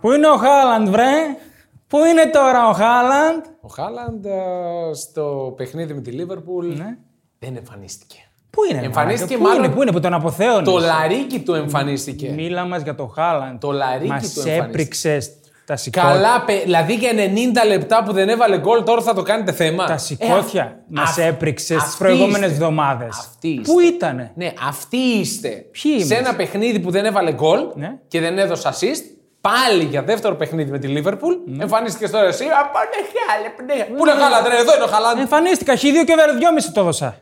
είναι ο Χάλαντ, βρε. Πού είναι τώρα ο Χάλαντ. Ο Χάλαντ ε, στο παιχνίδι με τη Λίβερπουλ Ναι. δεν εμφανίστηκε. Πού είναι, ρε Εμφανίστηκε μαλάκα, Πού μάλλον- είναι, πού είναι που τον αποθέωνες. Το λαρίκι του εμφανίστηκε. Μίλα μας για το Χάλαντ. Το λαρίκι Μας του έπριξε τα σηκώτια. Καλά, παι- δηλαδή για 90 λεπτά που δεν έβαλε γκολ, τώρα θα το κάνετε θέμα. Τα σηκώτια Ε, μας αυ- έπριξε τι αυτοί προηγούμενες είστε. εβδομάδες. Αυτοί είστε. Πού ήτανε. Ναι, αυτοί είστε. Ποιοι Σε είμαστε? ένα παιχνίδι που δεν έβαλε γκολ Ναι. και δεν έδωσε assist. Πάλι για δεύτερο παιχνίδι με τη Λίβερπουλ. Ναι. Εμφανίστηκε τώρα εσύ. Α, πάνε χάλε, πνέ. Πού είναι χάλα, ρε, εδώ είναι ο χάλα. Εμφανίστηκα, έχει δύο και δεν δυόμιση το δώσα.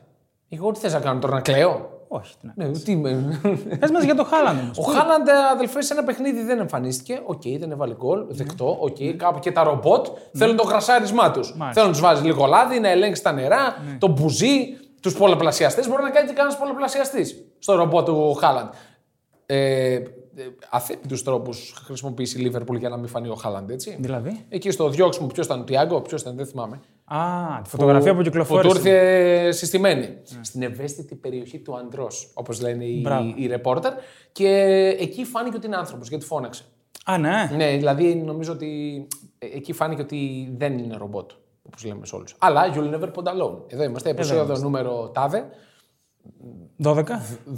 Εγώ τι θες να κάνω τώρα, να κλαίω. Όχι. τι να- Ναι, τι με. Πες μας για το Χάλαντ όμως. Ο Χάλαντ, αδελφέ, σε ένα παιχνίδι δεν εμφανίστηκε. Οκ, δεν έβαλε γκολ. Δεκτό. Οκ, κάπου και τα ρομπότ θέλουν το γρασάρισμά τους. Θέλουν να τους βάζει λίγο λάδι, να ελέγξει τα νερά, το μπουζί, τους πολλαπλασιαστές. Μπορεί να κάνει και κανένας πολλαπλασιαστής στο ρομπότ του Χάλαντ. Ε, ε, Αθέπητου τρόπους χρησιμοποιήσει η Λίβερπουλ για να μην φανεί ο Χάλαντ, έτσι. Δηλαδή. Εκεί στο διώξιμο, ποιος ήταν ο Τιάγκο, ποιος ήταν, δεν θυμάμαι. Α, τη φωτογραφία που Που του κυκλοφόρησε. ήρθε συστημένη. Στην ευαίσθητη περιοχή του αντρός, όπως λένε οι, Μπράβο. οι ρεπόρτερ. Και εκεί φάνηκε ότι είναι άνθρωπος, γιατί φώναξε. Α, ναι. Ναι, δηλαδή νομίζω ότι ε, εκεί φάνηκε ότι δεν είναι ρομπότ, όπως λέμε σε όλους. Αλλά you'll never put alone. Εδώ Ε, είμαστε, επεισόδιο νούμερο τάδε. 12.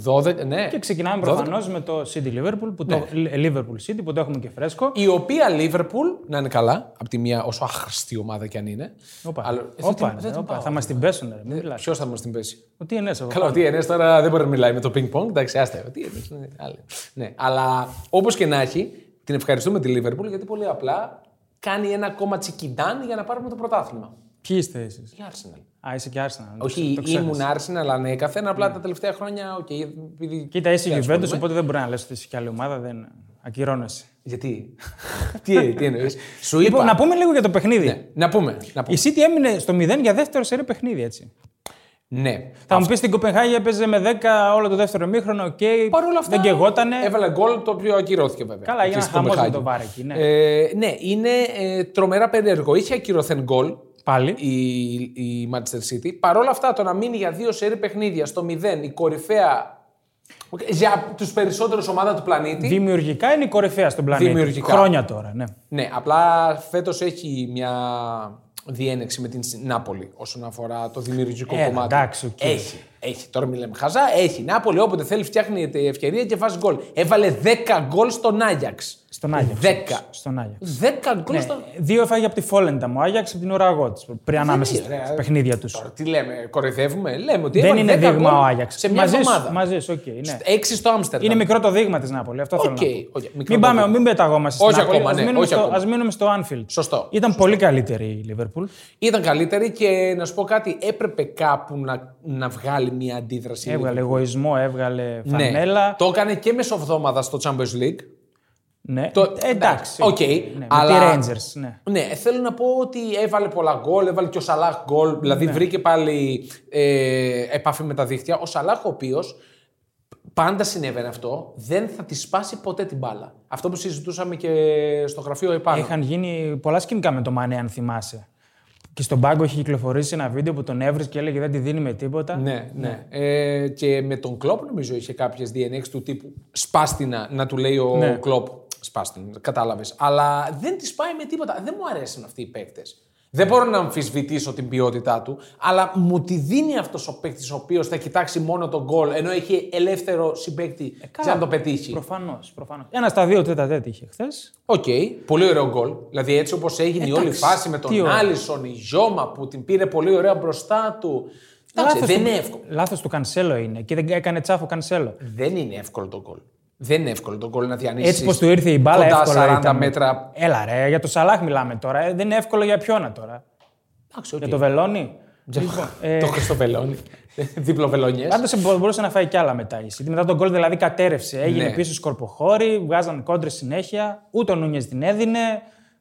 12, ναι. Και ξεκινάμε 12. προφανώς με το City Liverpool, που το, Ναι. Liverpool City που το έχουμε και φρέσκο. Η οποία Liverpool, να είναι καλά, από τη μία όσο άχρηστη ομάδα κι αν είναι. Όπα, Αλλά- ε, θα όπα, την- θα την όπα, πάω. θα μας την πέσουν, ρε, μην μιλάς. Ποιος θα μας την πέσει. Ότι είναι σε Καλά, ο DNS τώρα δεν μπορεί να μιλάει με το ping-pong. Εντάξει, άστα. Ο DNS είναι άλλη. Ναι, αλλά όπως και να έχει, την ευχαριστούμε τη Λίβερπουλ γιατί πολύ απλά κάνει ένα ακόμα τσικιντάν για να πάρουμε το πρωτάθλημα. Ποιοι είστε εσεί. Η Arsenal. Α, είσαι και Arsenal. το Όχι, ξέ- το Ναι. ξέχασα. ήμουν Arsenal ανέκαθεν, απλά τα τελευταία χρόνια. οκ, επειδή- Κοίτα, είσαι δεν Juventus, ασχολούμαι. οπότε δεν μπορεί να λες ότι είσαι και άλλη ομάδα. Δεν... Ακυρώνεσαι. Γιατί. τι τι εννοείς. Σου είπα. Λοιπόν, να πούμε λίγο για το παιχνίδι. Να πούμε. Να πούμε. Η City έμεινε στο 0 για δεύτερο σερή παιχνίδι, έτσι. Ναι. Θα μου πεις στην Κοπενχάγη έπαιζε με 10 όλο το δεύτερο μήχρονο, οκ. Παρ' όλα αυτά. Δεν καιγότανε. Έβαλε γκολ το οποίο ακυρώθηκε βέβαια. Καλά, έγινε Εκεί στην ένα χαμός με Κοπεχάγη. το βάρ εκεί, ναι. Ε, ναι, είναι ε, τρομερά περίεργο. Είχε ακυρωθέν γκολ Πάλι. η, η Manchester City. Παρ' όλα αυτά, το να μείνει για δύο σερή παιχνίδια στο 0 η κορυφαία. Για τους περισσότερους ομάδα του πλανήτη. Δημιουργικά είναι η κορυφαία στον πλανήτη. Δημιουργικά. Χρόνια τώρα, ναι. Ναι, απλά φέτος έχει μια διένεξη με την Νάπολη όσον αφορά το δημιουργικό Έλα, κομμάτι. Ε, εντάξει, οκ. Έχει. Έχει. Τώρα μιλάμε χαζά. Έχει. Νάπολη όποτε θέλει φτιάχνει την ευκαιρία και βάζει γκολ. Έβαλε 10 γκολ στον Άγιαξ. Στον Άγιαξ. 10. Στον Άγιαξ. 10 γκολ στον. Ε, Δύο έφαγε από τη Φόλεντα μου, Άγιαξ από την ουραγό της. Πριν ανάμεσα είναι, ρε. στα παιχνίδια τους. Τώρα τι λέμε, κοροϊδεύουμε. Λέμε ότι Δεν έβαλε είναι 10 δείγμα γκολ ο Άγιαξ. Σε μια μαζί εβδομάδα. Σου, μαζί σου, οκ, ναι. 6 στο Άμστερνταμ. Είναι μικρό το δείγμα της Νάπολη. Αυτό θέλω Οκ, να πω. οκ, μικρό το μην, πάμε, δείγμα. μην πεταγόμαστε Όχι στην Νάπολη. ακόμα, Ας ναι, μείνουμε όχι στο- ακόμα. ας μείνουμε στο Anfield. Σωστό. Ήταν πολύ καλύτερη η Λίβερπουλ. Ήταν καλύτερη και να σου πω κάτι, έπρεπε κάπου να, να βγάλει μια αντίδραση. η Έβγαλε εγωισμό, έβγαλε Ναι. φανέλα. Το έκανε και μεσοβδόμαδα στο Champions League. Ναι. Το- Ε, εντάξει. Οκ, Ναι, αλλά- Με τη Rangers, ναι. Ναι, θέλω να πω ότι έβαλε πολλά γκολ, έβαλε και ο Σαλάχ γκολ, δηλαδή Ναι. βρήκε πάλι ε, επαφή με τα δίχτυα. Ο Σαλάχ ο οποίος πάντα συνέβαινε αυτό, δεν θα τη σπάσει ποτέ την μπάλα. Αυτό που συζητούσαμε και στο γραφείο επάνω. Είχαν γίνει πολλά σκηνικά με το Μανέ, αν θυμάσαι. Και στον πάγκο είχε κυκλοφορήσει ένα βίντεο που τον έβρισκε και έλεγε Δεν τη δίνει με τίποτα. Ναι, ναι. Ε, και με τον Κλοπ νομίζω είχε κάποιες DNX του τύπου σπάστινα να του λέει ο Ναι. Κλοπ. Σπάστινα, κατάλαβες. Αλλά δεν της πάει με τίποτα. Δεν μου αρέσουν αυτοί οι παίκτες. Δεν μπορώ να αμφισβητήσω την ποιότητά του, αλλά μου τη δίνει αυτός ο παίκτης ο οποίος θα κοιτάξει μόνο τον γκολ ενώ έχει ελεύθερο συμπαίκτη Ε, για να το πετύχει. Προφανώς. Προφανώς. Ένα στα δύο τέτα τέτα είχε χθες. Οκ, πολύ ωραίο γκολ. Δηλαδή έτσι όπως έγινε η όλη Ε, Εντάξει, φάση με τι τον ωραία. Άλισον, η Γιώμα που την πήρε πολύ ωραία μπροστά του. Εντάξει, δεν είναι εύκολο. Λάθος του Κανσέλο είναι και δεν έκανε τσάφο Κανσέλο. Δεν είναι εύκολο το γκολ. Δεν είναι εύκολο το γκολ να διανύσεις. Έτσι πως του ήρθε η μπάλα, κοντά εύκολα 40 ήταν. μέτρα. Έλα ρε, για το Σαλάχ μιλάμε τώρα. Ε, Δεν είναι εύκολο για ποιόνα τώρα. Εντάξει, οκ. Για το Βελόνι. Λοιπόν, ε, Το Χριστοβελόνι. Δίπλο βελόνιες. Πάντως μπορούσε να φάει κι άλλα μετά η City. Μετά τον γκολ δηλαδή κατέρευσε. Έγινε Ναι. πίσω σκορποχώρη, βγάζαν κόντρες συνέχεια. Ούτε ο Νούνιες την έδινε.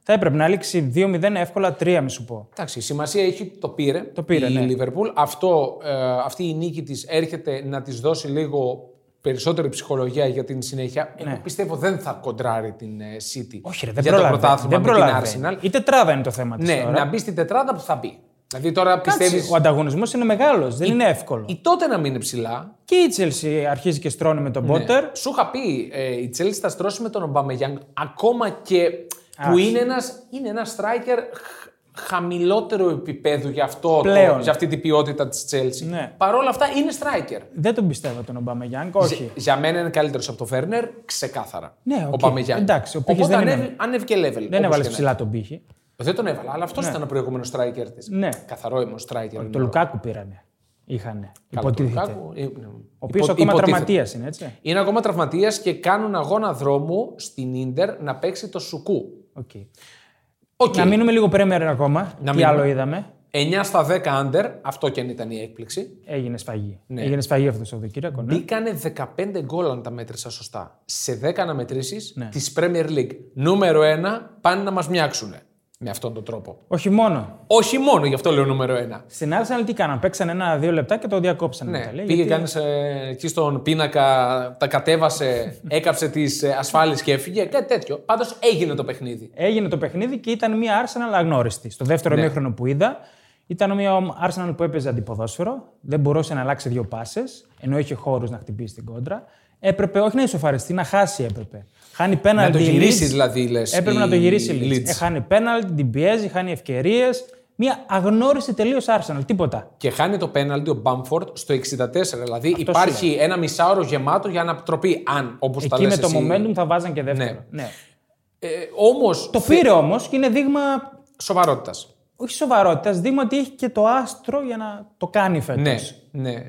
Θα έπρεπε να λήξει 2-0 εύκολα 3, μη σου πω. Εντάξει, η σημασία έχει το πήρε, το πήρε, η ναι. Λίβερπουλ. Αυτό, ε, αυτή η νίκη της έρχεται να της δώσει λίγο περισσότερη ψυχολογία για την συνέχεια. Εγώ πιστεύω δεν θα κοντράρει την ε, City Ναι. Όχι, ρε, δεν για το προλάβει. πρωτάθλημα δεν με την προλάβει. Arsenal. Η τετράδα είναι το θέμα της. Ναι, τώρα. να μπει στην τετράδα που θα μπει. Δηλαδή τώρα Κάτσε, πιστεύεις... Ο ανταγωνισμός είναι μεγάλος, δεν είναι εύκολο. Η τότε να μείνει ψηλά, Και η Chelsea αρχίζει και Ναι. στρώνει με τον Πότερ. ε, Σου είχα πει, ε, η Τσέλση θα στρώσει με τον Ομπαμεγιάνγκ ακόμα και Που είναι ένας είναι ένας striker χ- χαμηλότερο επίπεδο για, αυτό το- Πλέον. για αυτή την ποιότητα της Chelsea. Ναι. Παρ' όλα αυτά είναι striker. Δεν τον πιστεύω τον Ομπάμα όχι. Ζε- Για μένα είναι καλύτερος από τον Φέρνερ, ξεκάθαρα. Ναι, Ο οκ. Παμεγιάννη. Εντάξει, ο Πίχης Οπότε δεν είναι- ανέβη- ανέβηκε level. Δεν όπως έβαλες και να Ναι. ψηλά τον πύχη. Δεν τον έβαλα, αλλά αυτός ήταν ο προηγούμενος striker της. Ναι. Καθαρό είμαι ο striker. Το Λουκάκου πήρανε. Είχανε. Υποτίθεται. Ε, ναι. Ο οποίος οποίο ακόμα τραυματίας είναι, έτσι. Είναι ακόμα τραυματίας και κάνουν αγώνα δρόμου στην ντερ να παίξει το Σουκού. Οκ. Οκ. Να μείνουμε λίγο Πρέμερ ακόμα. Τι μείνουμε. άλλο είδαμε. 9 στα 10 under, αυτό και αν ήταν η έκπληξη. Έγινε σφαγή. Ναι. Έγινε σφαγή αυτό το Σαββατοκύριακο. Ναι. Μπήκανε 15 γκολ, αν τα μέτρησα σωστά, σε 10 αναμετρήσεις Ναι. της Premier League. Νούμερο 1, πάνε να μας μοιάξουν με αυτόν τον τρόπο. Όχι μόνο. Όχι μόνο γι' αυτό λέω νούμερο 1. Στην Arsenal τι κάναν. Παίξαν ένα-δύο λεπτά και το διακόψαν. Ναι, μετά, λέει, πήγε γιατί- κάνεις, ε, εκεί στον πίνακα, τα κατέβασε, έκαψε τις ασφάλειες και έφυγε. Κάτι τέτοιο. Πάντως έγινε το παιχνίδι. Έγινε το παιχνίδι και ήταν μια Arsenal αγνώριστη. Στο δεύτερο ναι. μήχρονο που είδα, ήταν μια Arsenal που έπαιζε αντιποδόσφαιρο, δεν μπορούσε να αλλάξει δύο πάσες, ενώ είχε χώρους να χτυπήσει την κόντρα. Έπρεπε όχι να ισοφαριστεί, να χάσει έπρεπε. Χάνει πέναλτι. Να το η γυρίσεις Leeds. δηλαδή, λες, Έπρεπε η- να το γυρίσει η η Leeds. Leeds. Ε, χάνει πέναλτι, την πιέζει, χάνει ευκαιρίες. Μια αγνώριστη τελείως Arsenal, τίποτα. Και χάνει το πέναλτι ο Μπάμφορντ στο 64. Δηλαδή υπάρχει ένα μισάωρο γεμάτο για ανατροπή. Αν όπως τα Εκεί λες με το εσύ. momentum θα βάζαν και δεύτερο. Ναι. Ε, Όμως. Το πήρε όμως και είναι δείγμα Σοβαρότητας. όχι σοβαρότητας, δείγμα ότι έχει και το άστρο για να το κάνει φέτος. Ναι, ναι.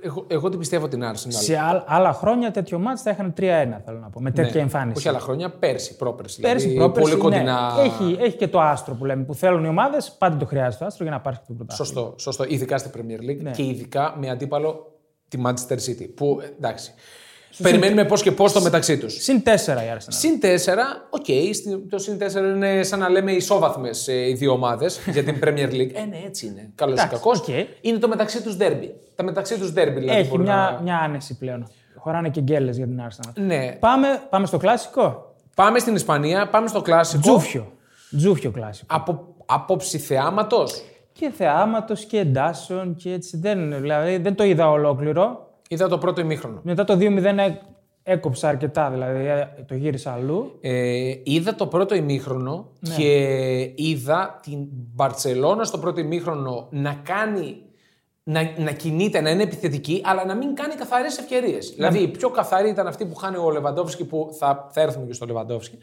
Εγώ, εγώ την πιστεύω την Arsenal. Σε άλλ- άλλα χρόνια τέτοιο μάτς θα είχαν 3-1, θέλω να πω. Με τέτοια εμφάνιση. Ναι. Όχι άλλα χρόνια, πέρσι, πρόπερσι. Πέρσι, δηλαδή, πρόπερσι, πολύ ναι. κοντινά. έχει, έχει και το άστρο που λέμε που θέλουν οι ομάδες. Πάντα το χρειάζεται το άστρο για να πάρει και το πρωτάθλημα. Σωστό, σωστό. Ειδικά στην Premier Ναι. League και ειδικά με αντίπαλο τη Manchester City. Που εντάξει. Περιμένουμε πώς και πώς το μεταξύ τους. Συν 4 η Arsenal. Συν 4, οκ, στη- το συν 4 είναι σαν να λέμε ισόβαθμες οι δύο ομάδες για την Premier League. Ε, ναι, έτσι είναι. Καλός ή Εντάξει, κακός. οκ. Είναι το μεταξύ τους derby. Τα μεταξύ τους derby δηλαδή. Έχει μπορούν μια, να- μια άνεση πλέον. Χωράνε και γκέλες για την Arsenal. Ναι. Πάμε, πάμε στο κλασικό. Πάμε στην Ισπανία, πάμε στο κλασικό. Τζούφιο. Τζούφιο κλασικό. Από απόψη θεάματο. Και θεάματος και εντάσεων και έτσι. Δεν, δηλαδή, δεν το είδα ολόκληρο. Είδα το πρώτο ημίχρονο. Μετά το 2-0 έ- έκοψα αρκετά, δηλαδή ε, το γύρισα αλλού. Ε, είδα το πρώτο ημίχρονο και είδα την Μπαρτσελώνα στο πρώτο ημίχρονο να κάνει. Να, να κινείται, να είναι επιθετική, αλλά να μην κάνει καθαρές ευκαιρίες. Δηλαδή, η πιο καθαρή ήταν αυτή που χάνει ο Λεβαντόφσκι, που θα, θα έρθουμε και στο Λεβαντόφσκι.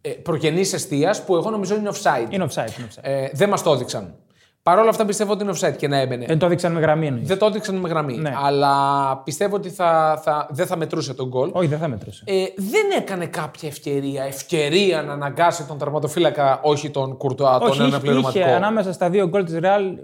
Ε, Προγενή αιστεία που εγώ νομίζω είναι offside. Είναι offside. Είναι offside. Ε, δεν μας το έδειξαν. Παρ' όλα αυτά πιστεύω ότι είναι offside και να έμπαινε. Δεν το δείξαν με γραμμή. εννοείς. δεν το έδειξαν με γραμμή. Αλλά πιστεύω ότι θα, θα, δεν θα μετρούσε τον γκολ. Όχι, δεν θα μετρούσε. Ε, δεν έκανε κάποια ευκαιρία, ευκαιρία να αναγκάσει τον τερματοφύλακα, όχι τον Κουρτοά, τον Όχι, είχε, αναπληρωματικό. είχε ανάμεσα στα δύο γκολ τη Ρεάλ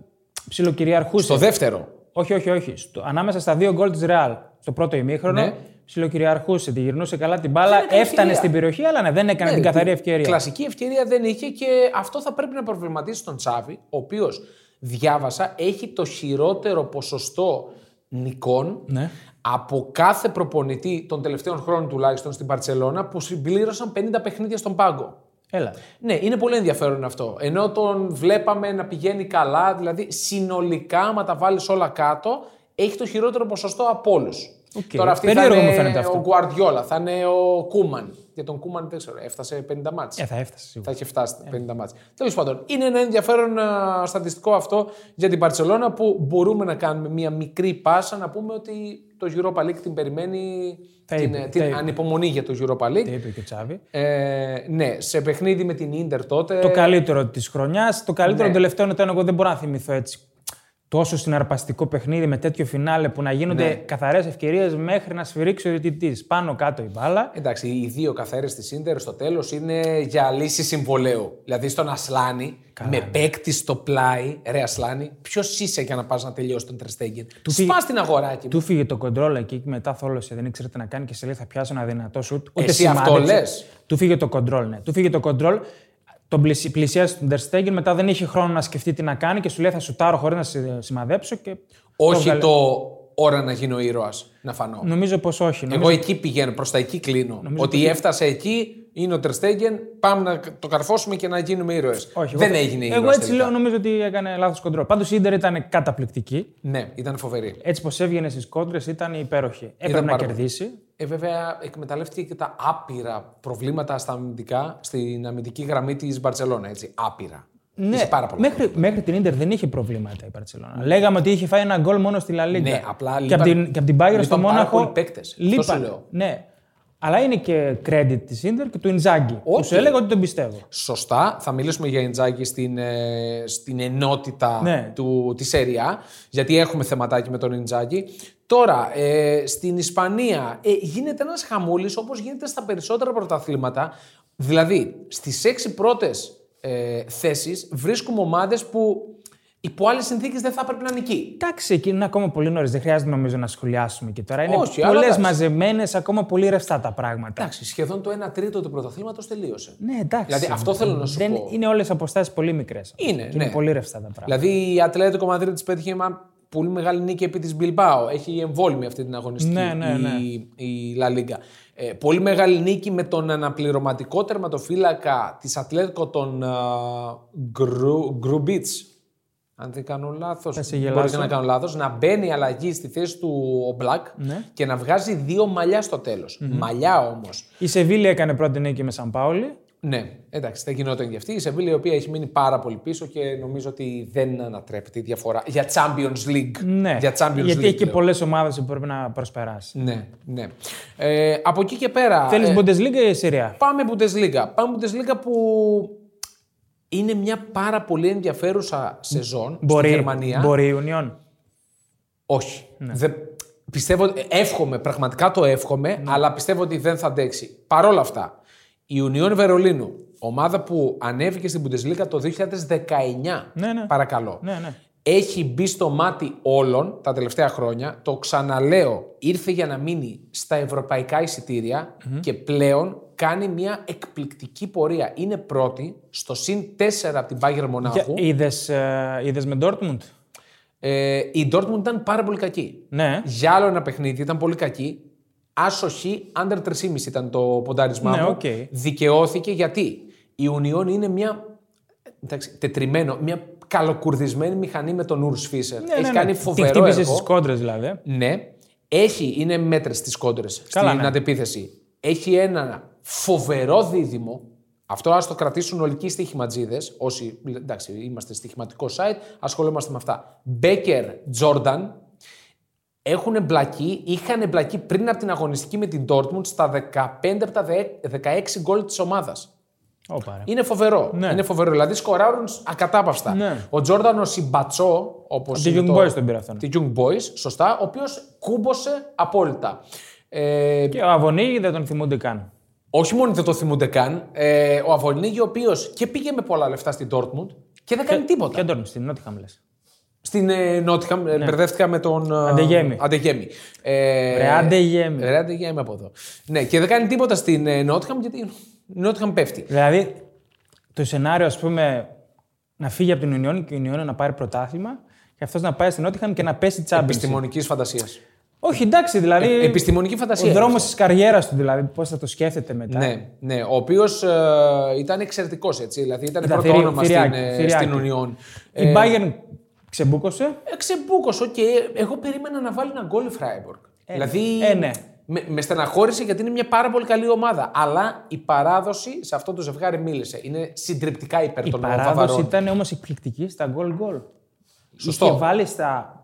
ψιλοκυριαρχούσε. Στο δεύτερο. Όχι, όχι, όχι. Στο, ανάμεσα στα δύο γκολ τη Ρεάλ στο πρώτο ημίχρονο Ναι. ψιλοκυριαρχούσε. Τη γυρνούσε καλά την μπάλα, Δεν έκανε έφτανε ευκαιρία. στην περιοχή, αλλά ναι, δεν έκανε την καθαρή ευκαιρία. Κλασική ευκαιρία δεν είχε και αυτό θα πρέπει να προβληματίσει τον Τσάβη, ο οποίος διάβασα έχει το χειρότερο ποσοστό νικών Ναι. από κάθε προπονητή των τελευταίων χρόνων τουλάχιστον στην Παρσελώνα που συμπλήρωσαν 50 παιχνίδια στον πάγκο. Έλα. Ναι, είναι πολύ ενδιαφέρον αυτό. Ενώ τον βλέπαμε να πηγαίνει καλά, δηλαδή συνολικά, άμα τα βάλεις όλα κάτω, έχει το χειρότερο ποσοστό από όλους. Οκ. Τώρα αυτή Περίεργο θα μου φαίνεται είναι αυτό. ο Γκουαρδιόλα, θα είναι ο Κούμαν. Για τον Κούμαν δεν ξέρω, έφτασε 50 μάτς. Ε, θα έφτασε σίγουρα. Θα έχει φτάσει 50 μάτς. Τέλος πάντων, είναι ένα ενδιαφέρον α, στατιστικό αυτό για την Παρσελώνα που μπορούμε να κάνουμε μια μικρή πάσα να πούμε ότι το Europa League την περιμένει Τα την, είπε, ε, τα την είπε. ανυπομονή για το Europa League. Τι είπε και ο Τσάβη. Ε, ναι, σε παιχνίδι με την Ίντερ τότε. Το καλύτερο της χρονιάς, το καλύτερο ναι. των τελευταίων ετών. Εγώ δεν μπορώ να θυμηθώ έτσι τόσο συναρπαστικό παιχνίδι με τέτοιο φινάλε που να γίνονται Ναι. καθαρές ευκαιρίες μέχρι να σφυρίξει ο διαιτητής. Πάνω κάτω η μπάλα. Εντάξει, οι δύο καθαρές της Ίντερ στο τέλος είναι για λύση συμβολέου. Δηλαδή στον Ασλάνη, ναι. με παίκτη στο πλάι, ρε Ασλάνη, ποιος είσαι για να πας να τελειώσει τον Τρεστέγγεν. Του Σπάς την αγοράκι μου. Του φύγε το κοντρόλ εκεί και μετά θόλωσε. Δεν ήξερε τι να κάνει και σε λέει θα πιάσω ένα δυνατό σουτ. Εσύ σημάδι, αυτό έτσι. λες? Του φύγε το κοντρόλ, ναι. Του φύγε το κοντρόλ. Τον πλησι- πλησίασε τον Τερστέγγεν, μετά δεν είχε χρόνο να σκεφτεί τι να κάνει και σου λέει θα σουτάρω χωρίς να σε σημαδέψω. Και Όχι βγάλε. το ώρα να γίνω ήρωας, να φανώ. Νομίζω πως όχι. Νομίζω... Εγώ εκεί πηγαίνω, προς τα εκεί κλείνω. ότι έφτασα εκεί, είναι ο Τρεστέγγεν, πάμε να το καρφώσουμε και να γίνουμε ήρωες. όχι, Δεν εγώ- έγινε ήρωα. Εγώ έτσι λέω, νομίζω ότι έκανε λάθος κοντρόλ. Πάντως η ντερ ήταν καταπληκτική. Ναι, ήταν φοβερή. Έτσι πως έβγαινε στις κόντρες ήταν υπέροχη. Έπρεπε να πάρα πολύ. κερδίσει. Ε, βέβαια, εκμεταλλεύτηκε και τα άπειρα προβλήματα στα αμυντικά, στην αμυντική γραμμή της Μπαρσελόνα. Έτσι. Άπειρα. Ναι, Είχε πάρα πολλά. μέχρι, μέχρι την ντερ δεν είχε προβλήματα η Παρσελόνα. Λέγαμε ότι είχε φάει ένα γκολ μόνο στη Λα Λίγκα. Ναι, απλά και λείπαν- από την, και απ' την Bayern στο λείπαν πάρα Μόναχο. πολλοί παίκτες. Αυτό λείπαν, σου λέω. Ναι. Αλλά είναι και credit της Ιντερ και του Ιντζάγκη. Που σου έλεγα ότι τον πιστεύω. Σωστά. Θα μιλήσουμε για Ιντζάκη στην, ε, στην ενότητα Ναι. του, της ΣΕΡΙΑ, γιατί έχουμε θεματάκι με τον Ιντζάκη. Τώρα, ε, στην Ισπανία ε, γίνεται ένας χαμούλης όπως γίνεται στα περισσότερα πρωταθλήματα. Δηλαδή, στις έξι πρώτες ε, θέσεις βρίσκουμε ομάδες που υπό άλλες συνθήκες δεν θα έπρεπε να είναι εκεί. Εντάξει, εκεί είναι ακόμα πολύ νωρίς. Δεν χρειάζεται νομίζω να σχολιάσουμε και τώρα. Είναι Όχι, αλλά πολλές εντάξει. μαζεμένες, ακόμα πολύ ρευστά τα πράγματα. Εντάξει, σχεδόν το 1 τρίτο του πρωταθλήματος τελείωσε. Ναι, εντάξει. Δηλαδή, αυτό θέλω να σου δεν, πω. Είναι όλες αποστάσεις πολύ μικρές. Είναι, είναι ναι. πολύ ρευστά τα πράγματα. Δηλαδή η Ατλέτικο Μαδρίτη πέτυχε μια πολύ μεγάλη νίκη επί της Μπιλμπάο. Έχει εμβόλυμη αυτή την αγωνιστική Ναι, ναι, ναι. η, η La Liga. Ε, πολύ μεγάλη νίκη με τον αναπληρωματικό τερματοφύλακα της Ατλέτικο τον ε, Γκρου, Γκρουμπίτ. Αν δεν κάνω λάθος, σε μπορεί γελάσω. και να κάνω λάθος, να μπαίνει αλλαγή στη θέση του ο Μπλακ Ναι. και να βγάζει δύο μαλλιά στο τελο Μαλλιά όμως. Η Σεβίλη έκανε πρώτη νίκη με Σαν Πάολη. Ναι, εντάξει, δεν γινόταν και αυτή. Η Σεβίλη η οποία έχει μείνει πάρα πολύ πίσω και νομίζω ότι δεν ανατρέπεται η διαφορά. Για Champions League. Ναι. Για Champions γιατί League. έχει και λέω. πολλές ομάδες που πρέπει να προσπεράσει. Ναι, ναι. Ε, από εκεί και πέρα. Θέλεις ε, Bundesliga ή Συρία. Πάμε Bundesliga. Πάμε Bundesliga που είναι μια πάρα πολύ ενδιαφέρουσα σεζόν Μπορεί, στη Γερμανία. μπορεί η Union. Όχι. Ναι. Δεν- πιστεύω, εύχομαι, πραγματικά το εύχομαι, Ναι. αλλά πιστεύω ότι δεν θα αντέξει. Παρ' όλα αυτά, η Union Βερολίνου, ομάδα που ανέβηκε στην Bundesliga το 2019, Ναι, ναι. παρακαλώ, Ναι, ναι. έχει μπει στο μάτι όλων τα τελευταία χρόνια. Το ξαναλέω, ήρθε για να μείνει στα ευρωπαϊκά εισιτήρια και πλέον κάνει μια εκπληκτική πορεία. Είναι πρώτη στο συν 4 από την Bayern Μονάχου. Είδε με Dortmund. Ε, η Dortmund ήταν πάρα πολύ κακή. Ναι. Για άλλο ένα παιχνίδι, ήταν πολύ κακή. Άσοχη, under 3,5 ήταν το ποντάρισμά Ναι, μου. οκ. Δικαιώθηκε γιατί η Union είναι μια. Εντάξει, τετριμένο, μια καλοκουρδισμένη μηχανή με τον Urs Fischer. Ναι, ναι, Έχει ναι. κάνει Την φοβερό χτύπησε έργο. στις κόντρες δηλαδή. Ναι. Έχει, είναι μέτρες στι κόντρες Καλά, στην ναι. αντεπίθεση. Έχει ένα φοβερό δίδυμο. Αυτό ας το κρατήσουν όλοι και οι στοιχηματζίδες. Όσοι εντάξει, είμαστε στοιχηματικό site, ασχολούμαστε με αυτά. Μπέκερ, Τζόρνταν. Έχουν εμπλακεί, είχαν εμπλακεί πριν από την αγωνιστική με την Dortmund στα 15 από τα 16 γκολ της ομάδας. Όπα, ρε. Είναι φοβερό. Ναι. Είναι φοβερό. Δηλαδή σκοράρουν ακατάπαυστα. Ναι. Ο Τζόρνταν ο Σιμπατσό, όπως. τη Young Boys τον πήρε αυτόν. Τη Young Boys, σωστά, ο οποίος κούμπωσε απόλυτα. Ε, Και ο Αβωνί δεν τον θυμούνται καν. όχι μόνο δεν το θυμούνται καν, ε, ο Αβωνίγη, ο οποίος και πήγε με πολλά λεφτά στην Dortmund και δεν κάνει τίποτα. Και τον στην Νότιχαμ λες. Στην ε, Νότιχαμ ε, μπερδεύτηκα με τον. ε, Αντεγέμι. Αντεγέμι. Ε, Ρε, Αντεγέμι. Ρε, Αντεγέμι από εδώ. Ναι, και δεν κάνει τίποτα στην ε, Νότιχαμ γιατί η Νότιχαμ πέφτει. Δηλαδή, το σενάριο, ας πούμε, να φύγει από την Union και η Union να πάρει πρωτάθλημα και αυτός να πάει στην Νότιχαμ και να πέσει τσάμπερ. Επιστημονικής φαντασίας. Όχι, εντάξει, δηλαδή. Ε, Επιστημονική φαντασία. ο είναι δρόμο της καριέρας του, δηλαδή, πώς θα το σκέφτεται μετά. Ναι, ναι, ο οποίος ήταν εξαιρετικός έτσι. Δηλαδή ήταν, Ήταν πρώτο θηρί- όνομα θηριάκι, στην, ε, θηριάκι. στην Union. Η Bayern ξεμπούκωσε. Ε, ξεμπούκωσε, οκ. Εγώ περίμενα να βάλει ένα γκολ η Φράιμπορκ. δηλαδή. ε, ναι. Με, με στεναχώρησε γιατί είναι μια πάρα πολύ καλή ομάδα. Αλλά η παράδοση σε αυτό το ζευγάρι μίλησε. Είναι συντριπτικά υπέρ Η των παράδοση Βαβαρών. ήταν όμως εκπληκτική στα goal goal. Σωστό. Είχε βάλει στα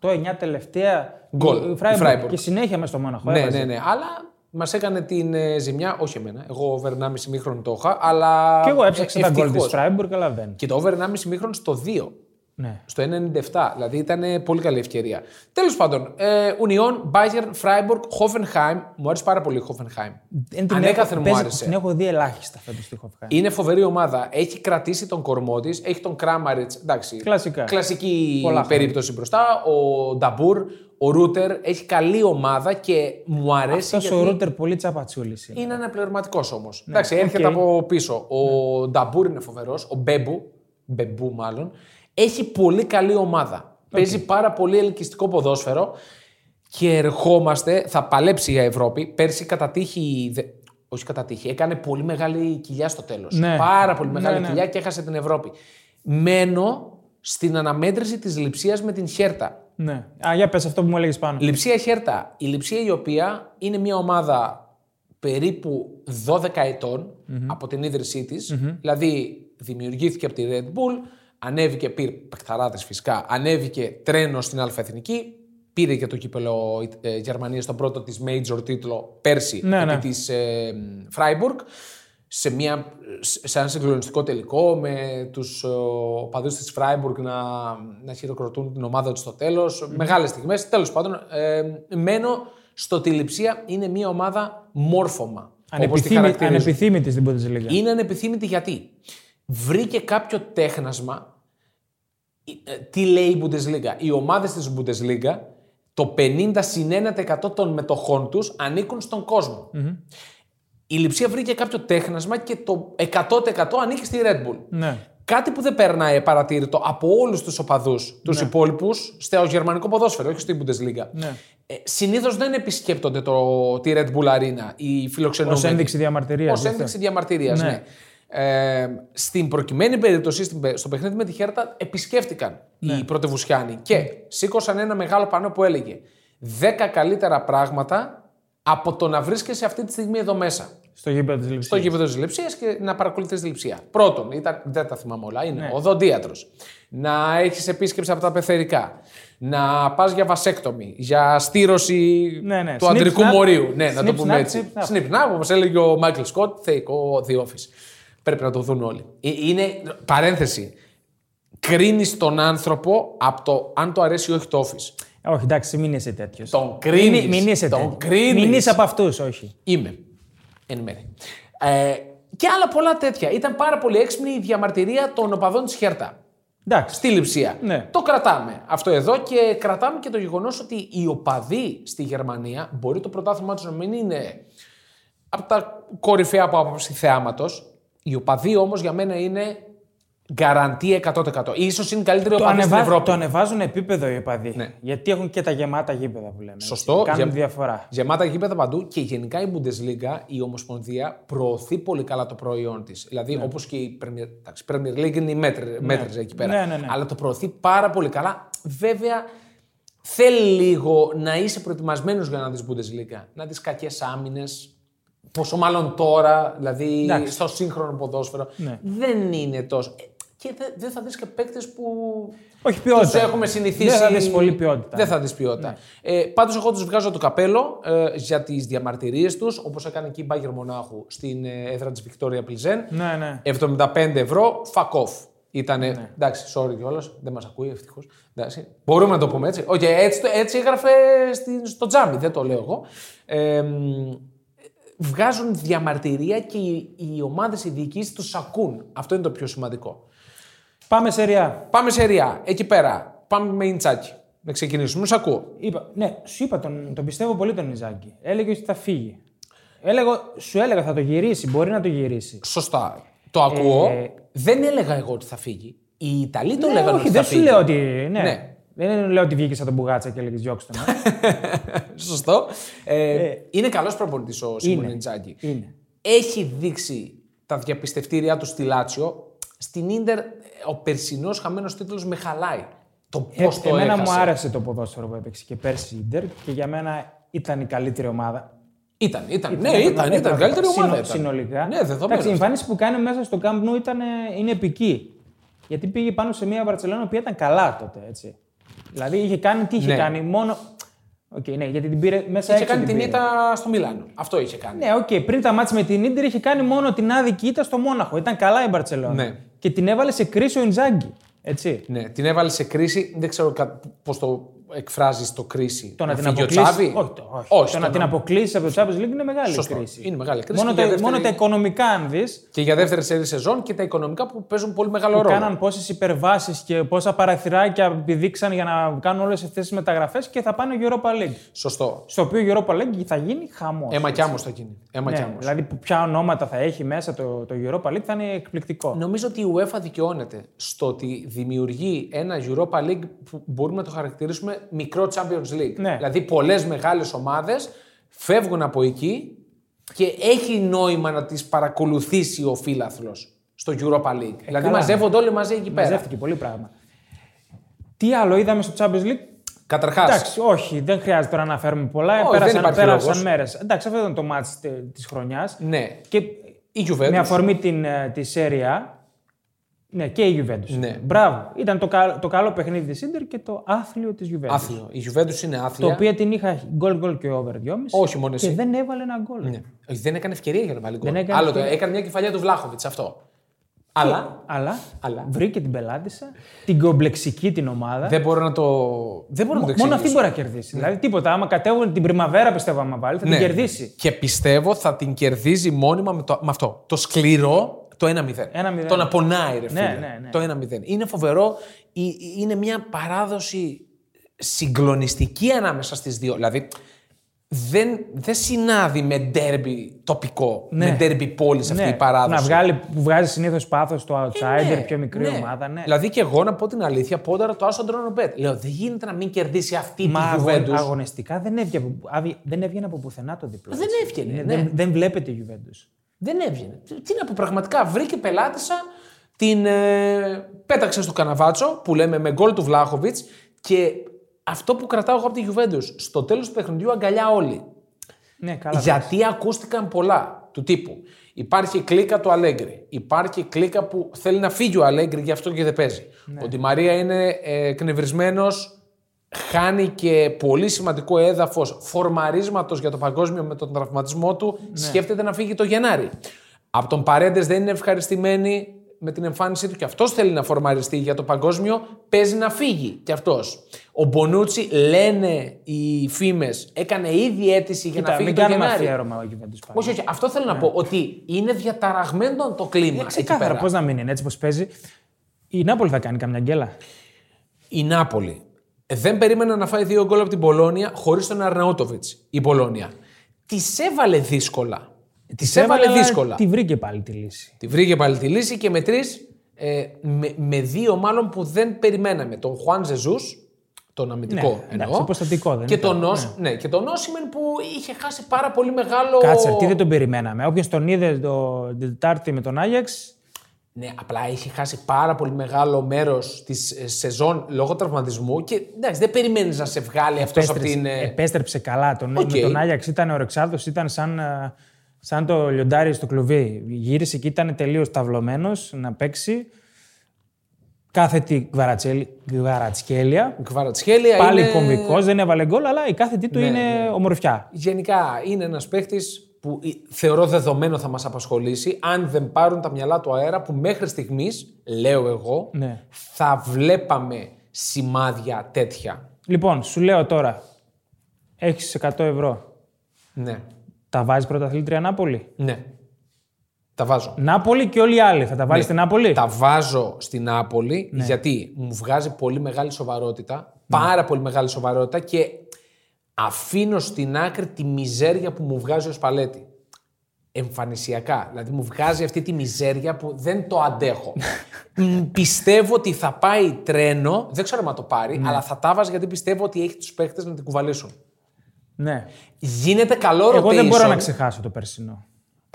8-9 τελευταία Γκολ, η η Freiburg Freiburg. Και συνέχεια μες στο Μόναχο. Ναι, έβαζε. ναι, ναι. Αλλά μας έκανε την ε, ζημιά, όχι εμένα. Εγώ over 1,5 μήχρονο το είχα, αλλά. Και εγώ έψαξα ε, τα γκολ της ευτυχώς. Freiburg, αλλά δεν. Και το over 1,5 μήχρονο στο 2. Ναι. Στο 1,97. Δηλαδή ήταν ε, πολύ καλή ευκαιρία. Τέλος πάντων, ε, Union, Bayern, Freiburg, Hoffenheim. Μου άρεσε πάρα πολύ η Hoffenheim. Δεν την Ναι, Ανέκαθεν έχω- μου παίζω- άρεσε. Την έχω δει ελάχιστα φέτος στη Hoffenheim. Είναι φοβερή ομάδα. Έχει κρατήσει τον κορμό τη, έχει τον Κράμαριτ. Εντάξει. Κλασικά. Κλασική Πολλά περίπτωση μπροστά. Ο Νταμπούρ, ο Ρούτερ. Έχει καλή ομάδα και μου αρέσει. Αυτός ο γιατί Ρούτερ πολύ τσαπατσούλης είναι. Ναι, Είναι αναπληρωματικός όμως. Εντάξει, έρχεται οκ. από πίσω. Ο Νταμπούρ είναι φοβερός. Ο Μπέμπου, Μπεμπού μάλλον. Έχει πολύ καλή ομάδα. Παίζει πάρα πολύ ελκυστικό ποδόσφαιρο. Και ερχόμαστε, θα παλέψει για Ευρώπη. Πέρσι κατά τύχη. δε- Όχι κατά τύχη, έκανε πολύ μεγάλη κοιλιά στο τέλος. Ναι. Πάρα πολύ Ναι, μεγάλη ναι. κοιλιά και έχασε την Ευρώπη. Μένω στην αναμέτρηση της λειψία με την Χέρτα. Ναι. Α, για πες αυτό που μου έλεγες πάνω. Λειψία Χέρτα. Η λειψία η οποία είναι μια ομάδα περίπου 12 ετων από την ίδρυσή της. Δηλαδή δημιουργήθηκε από τη Red Bull, ανέβηκε, πήρε παιχταράδε φυσικά, ανέβηκε τρένος στην Αλφαεθνική, πήρε και το κύπελο ε, Γερμανία στον πρώτο της major τίτλο πέρσι Ναι, επί ναι. της ε, Freiburg σε, μια, σε ένα συγκλονιστικό τελικό με τους ε, οπαδούς της Freiburg να, να χειροκροτούν την ομάδα τους στο τέλος. Μεγάλες στιγμές. Τέλος πάντων, ε, μένω στο ότι η Λειψία είναι μια ομάδα μόρφωμα. Όπως τη Ανεπιθύμη- χαρακτηρίζουν. Ανεπιθύμητη στην Bundesliga. Είναι ανεπιθύμητη γιατί βρήκε κάποιο τέχνασμα. Ε, Τι λέει η Bundesliga. Οι ομάδες της Bundesliga, το 50 συν 1% των μετοχών τους ανήκουν στον κοσμο Η Λιψία βρήκε κάποιο τέχνασμα και το 100% ανήκει στη Red Bull. Ναι. Κάτι που δεν περνάει παρατήρητο από όλους τους οπαδούς, τους υπόλοιπους, στο γερμανικό ποδόσφαιρο, όχι στην Bundesliga. Ναι. Ε, Συνήθως δεν επισκέπτονται το, τη Red Bull Arena οι φιλοξενούμενοι. Ως ένδειξη διαμαρτυρίας. Ως ένδειξη διαμαρτυρίας. Ναι. Ναι. Ε, στην προκειμένη περίπτωση, στην πε- στο παιχνίδι με τη Χέρτα, επισκέφτηκαν οι πρωτεβουσιάνοι και σήκωσαν ένα μεγάλο πανό που έλεγε 10 καλύτερα πράγματα από το να βρίσκεσαι αυτή τη στιγμή εδώ μέσα. Στο γήπεδο της Λιψία. Στο γήπεδο της Λειψίας και να παρακολουθείς τη Λειψία. Πρώτον, ήταν, δεν τα θυμάμαι όλα, είναι Ναι. ο οδοντίατρο. Να έχεις επίσκεψη από τα πεθερικά. Να πας για βασέκτομη, για στήρωση Ναι, ναι. του Snip, αντρικού snap. μορίου. Ναι, να το Snip, πούμε snap, έτσι. snip, snap. Σνιπνά, όπως έλεγε ο Μάικλ Σκότ, θεϊκό The Office. Πρέπει να το δουν όλοι. Ε, Είναι παρένθεση. Κρίνεις τον άνθρωπο από το αν του αρέσει ή όχι το Office. Όχι, εντάξει, μην είσαι τέτοιος. Τον κρίνεις. Μην είσαι Τον τέτοιος. κρίνεις. Μην είσαι από αυτούς, όχι. Είμαι. Εν μέρη. Ε, και άλλα πολλά τέτοια. Ήταν πάρα πολύ έξυπνη η διαμαρτυρία των οπαδών της Χέρτα. Εντάξει. Στη λειψία. Ναι. Το κρατάμε αυτό εδώ και κρατάμε και το γεγονός ότι οι οπαδοί στη Γερμανία μπορεί το πρωτάθλημά τους να μην είναι από τα κορυφαία από άποψη θεάματος. Οι οπαδοί όμως για μένα είναι γκαραντή 100%. Ίσως είναι καλύτεροι Το, οπαδοί στην ανεβά... Ευρώπη. το ανεβάζουν επίπεδο οι οπαδοί. Γιατί έχουν και τα γεμάτα γήπεδα που λέμε. έτσι. Σωστό. Κάνουν Γε- διαφορά. Γεμάτα γήπεδα παντού και γενικά η Bundesliga, η Ομοσπονδία, προωθεί πολύ καλά το προϊόν της. Δηλαδή, Ναι. όπως όπω και η Premier, εντάξει, Premier League είναι η μέτρη, μέτρηζε εκεί πέρα. Ναι, ναι, ναι. Αλλά το προωθεί πάρα πολύ καλά. Βέβαια, θέλει λίγο να είσαι προετοιμασμένος για να δεις Bundesliga. Να δεις κακές άμυνες. Πόσο μάλλον τώρα, δηλαδή Εντάξει. στο σύγχρονο ποδόσφαιρο. Ναι. Δεν είναι τόσο. Ε, Και δε- δεν θα δεις και παίκτες που Όχι ποιότητα. τους έχουμε συνηθίσει. Δεν θα δεις πολύ ποιότητα. Ναι. Δεν θα δεις ποιότητα. Ε, Πάντως, εγώ τους βγάζω το καπέλο ε, για τις διαμαρτυρίες τους, όπως έκανε και η Μπάγκερ Μονάχου στην ε, έδρα της Βικτόρια Πλιζέν. Ναι, ναι. 75 ευρώ, fuck off. Ήτανε, εντάξει, sorry κιόλας, δεν μας ακούει ευτυχώς. Μπορούμε να το πούμε έτσι. Okay, έτσι, το- έτσι έγραφε στην- στο τζάμι, δεν το λέω εγώ. Ε, μ, βγάζουν διαμαρτυρία και οι, οι ομάδες, οι διοικήσεις τους ακούν. Αυτό είναι το πιο σημαντικό. Πάμε σε ρεά. Πάμε σε ριά. Εκεί πέρα. Πάμε με Ιντσάκι. Να ξεκινήσουμε. Σ' ακούω. Είπα, ναι, σου είπα, τον, τον πιστεύω πολύ τον Ιζάκη. Έλεγε ότι θα φύγει. Έλεγα, σου έλεγα θα το γυρίσει, μπορεί να το γυρίσει. Σωστά. Το ακούω. Δεν έλεγα εγώ ότι θα φύγει. Οι Ιταλοί το λέγανε Ε, Ναι, όχι, ότι θα δεν σου φύγει. λέω ότι. Ναι. Ναι. Δεν λέω ότι βγήκε σαν τον Μπουγάτσα και έλεγες διώξτε τον. Σωστό. Ε, είναι καλός προπονητής ο Σιμών Είναι. Ιντσάκη. Είναι. Έχει δείξει τα διαπιστευτήριά του στη Λάτσιο. Στην ντερ ο περσινός χαμένος τίτλος με χαλάει. Το πώ Ε, το εμένα έχασε. μου άρεσε το ποδόσφαιρο που έπαιξε και πέρσι η Ιντερ και για μένα ήταν η καλύτερη ομάδα. Ήταν, Ε, ήταν. Ναι, ήταν, ήταν. Καλύτερη Συνο- ομάδα. ήταν. Συνολικά. Ναι, δεδομένο. Εντάξει, η εμφάνιση που κάνει μέσα στο Camp Nou ήταν, ε, είναι επική. Γιατί πήγε πάνω σε μια Βαρκελόνη που ήταν καλά τότε. Έτσι. Δηλαδή είχε κάνει τι είχε Ναι. κάνει. Μόνο. Οκ, ναι, γιατί την πήρε μέσα Είχε έξω κάνει την πήρε. ήττα στο Μιλάνο. Αυτό είχε κάνει. Ναι, οκ. Πριν τα μάτια με την ντερ είχε κάνει μόνο την άδικη ήττα στο Μόναχο. Ήταν καλά η Μπαρσελόνα. Ναι. Και την έβαλε σε κρίση ο Ιντζάγκη. Έτσι. Ναι, την έβαλε σε κρίση. Δεν ξέρω πώς το εκφράζεις το κρίση. Το να, την Ε, φύγει ο αποκλείσει. Τσάβη. Όχι, το- όχι. όχι το το να την αποκλείσει από το Champions League είναι μεγάλη Σωστό. κρίση. Είναι μεγάλη κρίση Μόνο, και τα, για δεύτερη- μόνο τα οικονομικά, αν δεις, Και για δεύτερη σερή σεζόν και τα οικονομικά που παίζουν πολύ μεγάλο ρόλο. κάναν πόσες υπερβάσεις και πόσα παραθυράκια πηδήξαν για να κάνουν όλες αυτές τις μεταγραφές και θα πάνε Europa League. Σωστό. Στο οποίο Europa League θα γίνει χαμός. Έμα κι άμμος θα γίνει. Έμα κι άμμος. δηλαδή, που- ποια ονόματα θα έχει μέσα το, το Europa League θα είναι εκπληκτικό. Νομίζω ότι η UEFA δικαιώνεται στο ότι δημιουργεί ένα Europa League που μπορούμε να το χαρακτηρίσουμε μικρό Champions League. Ναι. Δηλαδή πολλές μεγάλες ομάδες φεύγουν από εκεί και έχει νόημα να τις παρακολουθήσει ο φίλαθλος στο Europa League. δηλαδή Ε, καλά. μαζεύονται όλοι μαζί εκεί πέρα. Μαζεύτηκε πολύ πράγμα. Τι άλλο είδαμε στο Champions League. Καταρχάς. Εντάξει, όχι, δεν χρειάζεται τώρα να φέρουμε πολλά. Όχι, δεν πέρασαν υπάρχει πέρασαν λόγος. μέρες. Εντάξει, αυτό ήταν το μάτς της χρονιάς. Ναι. Και Η Juventus. με αφορμή την, ε, τη Σέρια. Ναι, και η Juventus. Ναι. Μπράβο. Ήταν το, κα- το καλό παιχνίδι της Ίντερ και το άθλιο της Juventus. Άθλιο. Η Juventus είναι Το άθλια. οποίο την είχα γκολ γκολ και over 2,5. Όχι, μόνο Και εσύ. δεν έβαλε ένα γκολ. Ναι. Όχι, Δεν έκανε ευκαιρία για να βάλει γκολ. Δεν έκανε Άλλο το, ευκαιρία. έκανε μια κεφαλιά του Βλάχοβιτ αυτό. Αλλά Αλλά, Αλλά. βρήκε την πελάτησα, την κομπλεξική την ομάδα. δεν μπορώ να το. Δεν μπορώ να Μόνο το εξηγήσω. αυτή μπορεί να κερδίσει. Δηλαδή τίποτα. Άμα κατέβουν την πριμαβέρα, πιστεύω, άμα βάλει, θα Ναι. την κερδίσει. Και πιστεύω θα την κερδίζει μόνιμα με, το, με αυτό. Το σκληρό το 1-0. 1-0. Το να πονάει, ρε Ναι, φίλε. ναι, ναι. Το 1-0. Είναι φοβερό. Ε, ε, Είναι μια παράδοση συγκλονιστική ανάμεσα στις δύο. Δηλαδή, δεν, δεν συνάδει με ντέρμπι τοπικό, Ναι. με ντέρμπι πόλης αυτή Ναι. η παράδοση. Να βγάλει, που βγάζει συνήθως πάθος το outsider, Ναι, πιο μικρή ναι. ομάδα. Ναι. Δηλαδή και εγώ να πω την αλήθεια, πόνταρα το Άσο Ντρόνομπετ. Λέω, δεν γίνεται να μην κερδίσει αυτή τη Μα αγων, Juventus. αγωνιστικά δεν έβγαινε, από- άβη- δεν έβγαινε από πουθενά το διπλό. Δεν έτσι. έβγαινε, Είναι- ναι. Ε, δεν, δεν βλέπετε η Juventus. Δεν έβγαινε. Τι τι να πω, πραγματικά βρήκε πελάτησα, την ε, πέταξε στο καναβάτσο που λέμε με γκολ του Βλάχοβιτ και αυτό που κρατάω εγώ από τη Juventus, στο τέλος του παιχνιδιού αγκαλιά όλοι. Ναι, καλά. Γιατί ακούστηκαν πολλά του τύπου. Υπάρχει η κλίκα του Αλέγκρι. Υπάρχει η κλίκα που θέλει να φύγει ο Αλέγκρι, γι' αυτό και δεν παίζει. Ότι η Μαρία είναι ε, κνευρισμένο, χάνει και πολύ σημαντικό έδαφος φορμαρίσματος για το παγκόσμιο με τον τραυματισμό του. Σκέφτεται να φύγει το Γενάρη. Από τον Παρέντες δεν είναι ευχαριστημένη με την εμφάνισή του και αυτός θέλει να φορμαριστεί για το παγκόσμιο. Παίζει να φύγει κι αυτός. Ο Μπονούτσι, λένε οι φήμες, έκανε ήδη αίτηση για Κοίτα, να φύγει μην το κάνουμε Γενάρη. αφιέρωμα ο Juventus πάλι. Όχι, όχι, αυτό θέλω να πω. Ότι είναι διαταραγμένο το κλίμα. εκεί Ναι. Ξεκάθαρα, πέρα. πώς να μην είναι έτσι πώς παίζει. Η Νάπολη θα κάνει καμιά γκέλα. Η Νάπολη Ε, δεν περίμενα να φάει δύο γκολ από την Πολώνια χωρίς τον Αρναούτοβιτ. Η Πολώνια. Τη έβαλε δύσκολα. Τη έβαλε αλλά δύσκολα. Τη βρήκε πάλι τη λύση. Τη βρήκε πάλι τη λύση και με τρεις. Ε, με, με δύο μάλλον που δεν περιμέναμε. Τον Χουάν Ζεζούς, τον αμυντικό Ναι, εντάξει, εννοώ. υποστατικό δεν και ήταν, τον, Νόσ- ναι. και τον Όσιμεν που είχε χάσει πάρα πολύ μεγάλο. Κάτσε, τι δεν τον περιμέναμε. Όποιο τον είδε το, την Τετάρτη με τον Άγιαξ, Ναι, απλά είχε χάσει πάρα πολύ μεγάλο μέρος της σεζόν λόγω τραυματισμού και εντάξει, δεν περιμένεις να σε βγάλει αυτός από επέστρεψε, την. ε, επέστρεψε καλά. Τον, Οκ. Με τον Άγιαξ ήταν ο Ρεξάρδος, ήταν σαν, ε, σαν το λιοντάρι στο κλουβί. Γύρισε και ήταν τελείως ταυλωμένος να παίξει. Κάθετη γβαρατσέλ- γβαρατσκέλια. Κβαρατσχέλια. Πάλι είναι... Ναι, κομβικός, δεν έβαλε γκολ, αλλά η κάθετη του είναι ομορφιά. Γενικά είναι ένας παίχτη που ε, θεωρώ δεδομένο θα μας απασχολήσει αν δεν πάρουν τα μυαλά του αέρα που μέχρι στιγμής, λέω εγώ, Ναι. θα βλέπαμε σημάδια τέτοια. Λοιπόν, σου λέω τώρα, έχεις 100 ευρώ. Ναι. Τα βάζεις πρωταθλήτρια Νάπολη. Ναι. Τα βάζω. Νάπολη και όλοι οι άλλοι. Θα τα βάλεις στην Νάπολη. Ναι. Τα βάζω στην Νάπολη Ναι. γιατί μου βγάζει πολύ μεγάλη σοβαρότητα, Ναι. πάρα πολύ μεγάλη σοβαρότητα και αφήνω στην άκρη τη μιζέρια που μου βγάζει ο Σπαλέτη. Εμφανισιακά. Δηλαδή μου βγάζει αυτή τη μιζέρια που δεν το αντέχω. Μ, πιστεύω ότι θα πάει τρένο, δεν ξέρω αν το πάρει, αλλά θα τα βάζω γιατί πιστεύω ότι έχει τους παίχτε να την κουβαλήσουν. Ναι. Γίνεται καλό rotation. Εγώ δεν μπορώ ε. να ξεχάσω το περσινό.